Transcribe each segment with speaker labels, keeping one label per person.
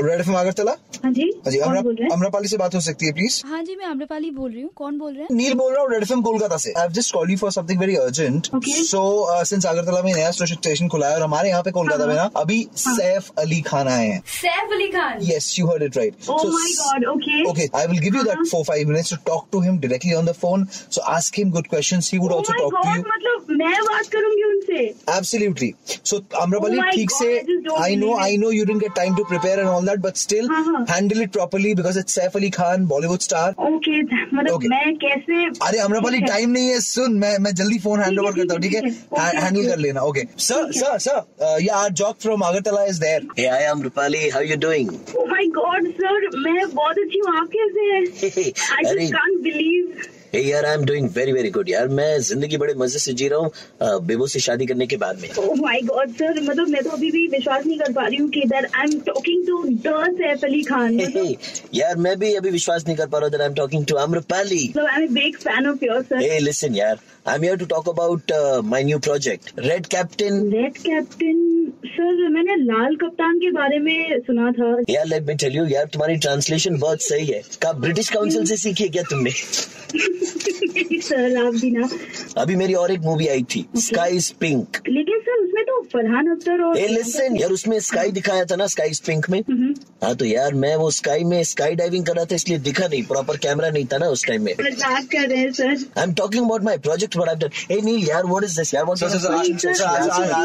Speaker 1: अगरतला
Speaker 2: हाँ जी
Speaker 1: हाँ जी
Speaker 2: कौन बोल रहे
Speaker 1: अमरा
Speaker 2: हैं
Speaker 1: अमरापाली से बात हो सकती है प्लीज
Speaker 3: हाँ जी मैं आम्रपाली बोल रही हूँ कौन बोल रहे हैं
Speaker 1: नील बोल रहा हूँ रेड एफएम कोलकाता से I have just call you for something very urgent
Speaker 2: Okay.
Speaker 1: So since Agartala में नया स्टेशन खुला है और हमारे यहाँ पे कोलकाता
Speaker 2: हाँ।
Speaker 1: में ना अभी सैफ अली खान आए हैं
Speaker 2: Saif Ali Khan
Speaker 1: Yes, you heard it right.
Speaker 2: Oh my God, Uh-huh. okay.
Speaker 1: अच्छा, Okay, I will give you that four, five minutes to talk to him directly on the phone. So ask him good questions. He would
Speaker 2: Oh
Speaker 1: also
Speaker 2: my
Speaker 1: अच्छा talk to
Speaker 2: God,
Speaker 1: you.
Speaker 2: मतलब मैं बात करूंगी उनसे
Speaker 1: Absolutely. So, Amrapali,
Speaker 2: Oh my
Speaker 1: ठीक
Speaker 2: God,
Speaker 1: से,
Speaker 2: I just don't
Speaker 1: I know,
Speaker 2: believe it.
Speaker 1: I know you didn't get time to prepare and all that, but still,
Speaker 2: हाँ, हाँ.
Speaker 1: handle it properly because it's Saif Ali Khan, Bollywood star.
Speaker 2: Okay मतलब
Speaker 1: Okay.
Speaker 2: मैं कैसे
Speaker 1: अरे अमरापाली
Speaker 2: ठीक है।
Speaker 1: Time नहीं है सुन मैं मैं जल्दी फोन हैंड
Speaker 2: ठीक
Speaker 1: ओवर
Speaker 2: है,
Speaker 1: करता हूँ ठीक
Speaker 2: ठीक है,
Speaker 1: है
Speaker 2: ठीक है।
Speaker 1: हैंडल कर लेना ओके सर सर सर या R jock from Agartala is there
Speaker 4: Hey, I am Rupali. How you doing?
Speaker 2: Oh my God, sir, मैं बहुत अच्छी हूँ आप कैसे हैं
Speaker 4: Hey,
Speaker 2: I
Speaker 4: अरे
Speaker 2: just can't believe.
Speaker 4: hey, यार I am doing very very good यार मैं जिंदगी बड़े मजे से जी रहा हूँ अ, बेबो से शादी करने के बाद में
Speaker 2: Oh my God, sir, मतलब मैं तो अभी भी विश्वास नहीं कर पा रही हूँ कि that I'm talking to the Saif Ali Khan
Speaker 4: Hey,
Speaker 2: मतलब
Speaker 4: hey, यार मैं भी अभी विश्वास नहीं कर पा रहा I am talking to Amrapali
Speaker 2: मतलब I'm a big fan of yours, sir.
Speaker 4: Hey, listen, yaar. I'm here to talk about uh, my new project, Red Captain.
Speaker 2: Red captain sir मैंने लाल कप्तान के बारे में सुना था
Speaker 4: यार लेट मी टेल यू यार तुम्हारी ट्रांसलेशन बहुत सही है का ब्रिटिश काउंसिल से सीखी है क्या तुमने
Speaker 2: सर आप भी ना
Speaker 4: अभी मेरी और एक मूवी आई थी स्काई इज पिंक
Speaker 2: लेकिन सर उसमें तो फरहान अख्तर और
Speaker 4: ए लिसन यार उसमें
Speaker 2: Mm-hmm.
Speaker 4: स्काई दिखाया था ना स्काई इज पिंक में हाँ तो यार मैं वो स्काई में स्काई डाइविंग कर रहा था इसलिए दिखा नहीं प्रॉपर कैमरा नहीं था ना उस टाइम में
Speaker 2: मजाक कर रहे हैं sir
Speaker 4: I am talking about my project what I done ए नील यार व्हाट इज दिस यार what
Speaker 1: sir sir
Speaker 2: Please,
Speaker 1: sir
Speaker 2: sir, I'm sorry.
Speaker 1: Sir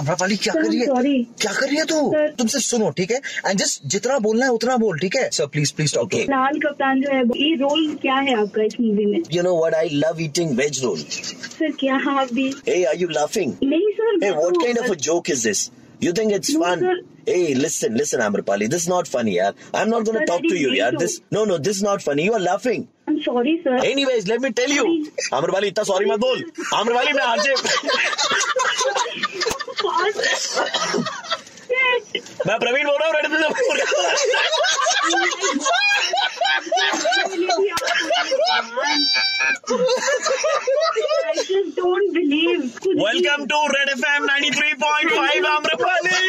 Speaker 1: Amrapali क्या
Speaker 2: Sir,
Speaker 1: कर रही
Speaker 2: I'm
Speaker 1: है
Speaker 2: sorry.
Speaker 1: क्या कर रही है तू
Speaker 2: Sir.
Speaker 1: तुम सिर्फ सुनो ठीक है एंड जस्ट जितना बोलना है उतना बोल ठीक है sir please please talk
Speaker 4: Okay.
Speaker 2: लाल कप्तान जो है ये रोल क्या है आपका इस मूवी में
Speaker 4: you know what I love eating veg roll
Speaker 2: sir क्या आप भी
Speaker 4: ए आर यू लाफिंग
Speaker 2: नहीं सर
Speaker 4: Hey,
Speaker 2: मैं
Speaker 4: what
Speaker 2: तो-
Speaker 4: kind of a joke is this? You think it's
Speaker 2: No,
Speaker 4: fun?
Speaker 2: sir.
Speaker 4: Hey, listen, listen, Amrapali. This is not funny, yaar. I'm not going
Speaker 2: Sir, I
Speaker 4: to talk to
Speaker 2: didn't
Speaker 4: you,
Speaker 2: mean
Speaker 4: yaar.
Speaker 2: to.
Speaker 4: This, no, no, this is not funny. You are laughing.
Speaker 2: I'm sorry, sir.
Speaker 4: Anyways, let me tell you. Amrapali, इतना sorry मत बोल. Amrapali, मैं RJ,
Speaker 2: Boss. Shit.
Speaker 4: मैं प्रवीण बोल रहा हूँ. Red Bull से.
Speaker 2: Really, I just don't believe.
Speaker 4: Welcome to Red FM 93.5, Amrapali.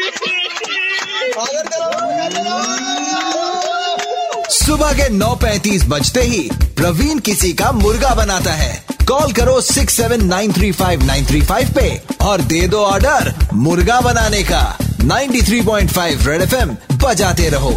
Speaker 5: सुबह के 9:35 बजते ही प्रवीण किसी का मुर्गा बनाता है कॉल करो 6793595 पे और दे दो ऑर्डर मुर्गा बनाने का 93.5 रेड एफएम बजाते रहो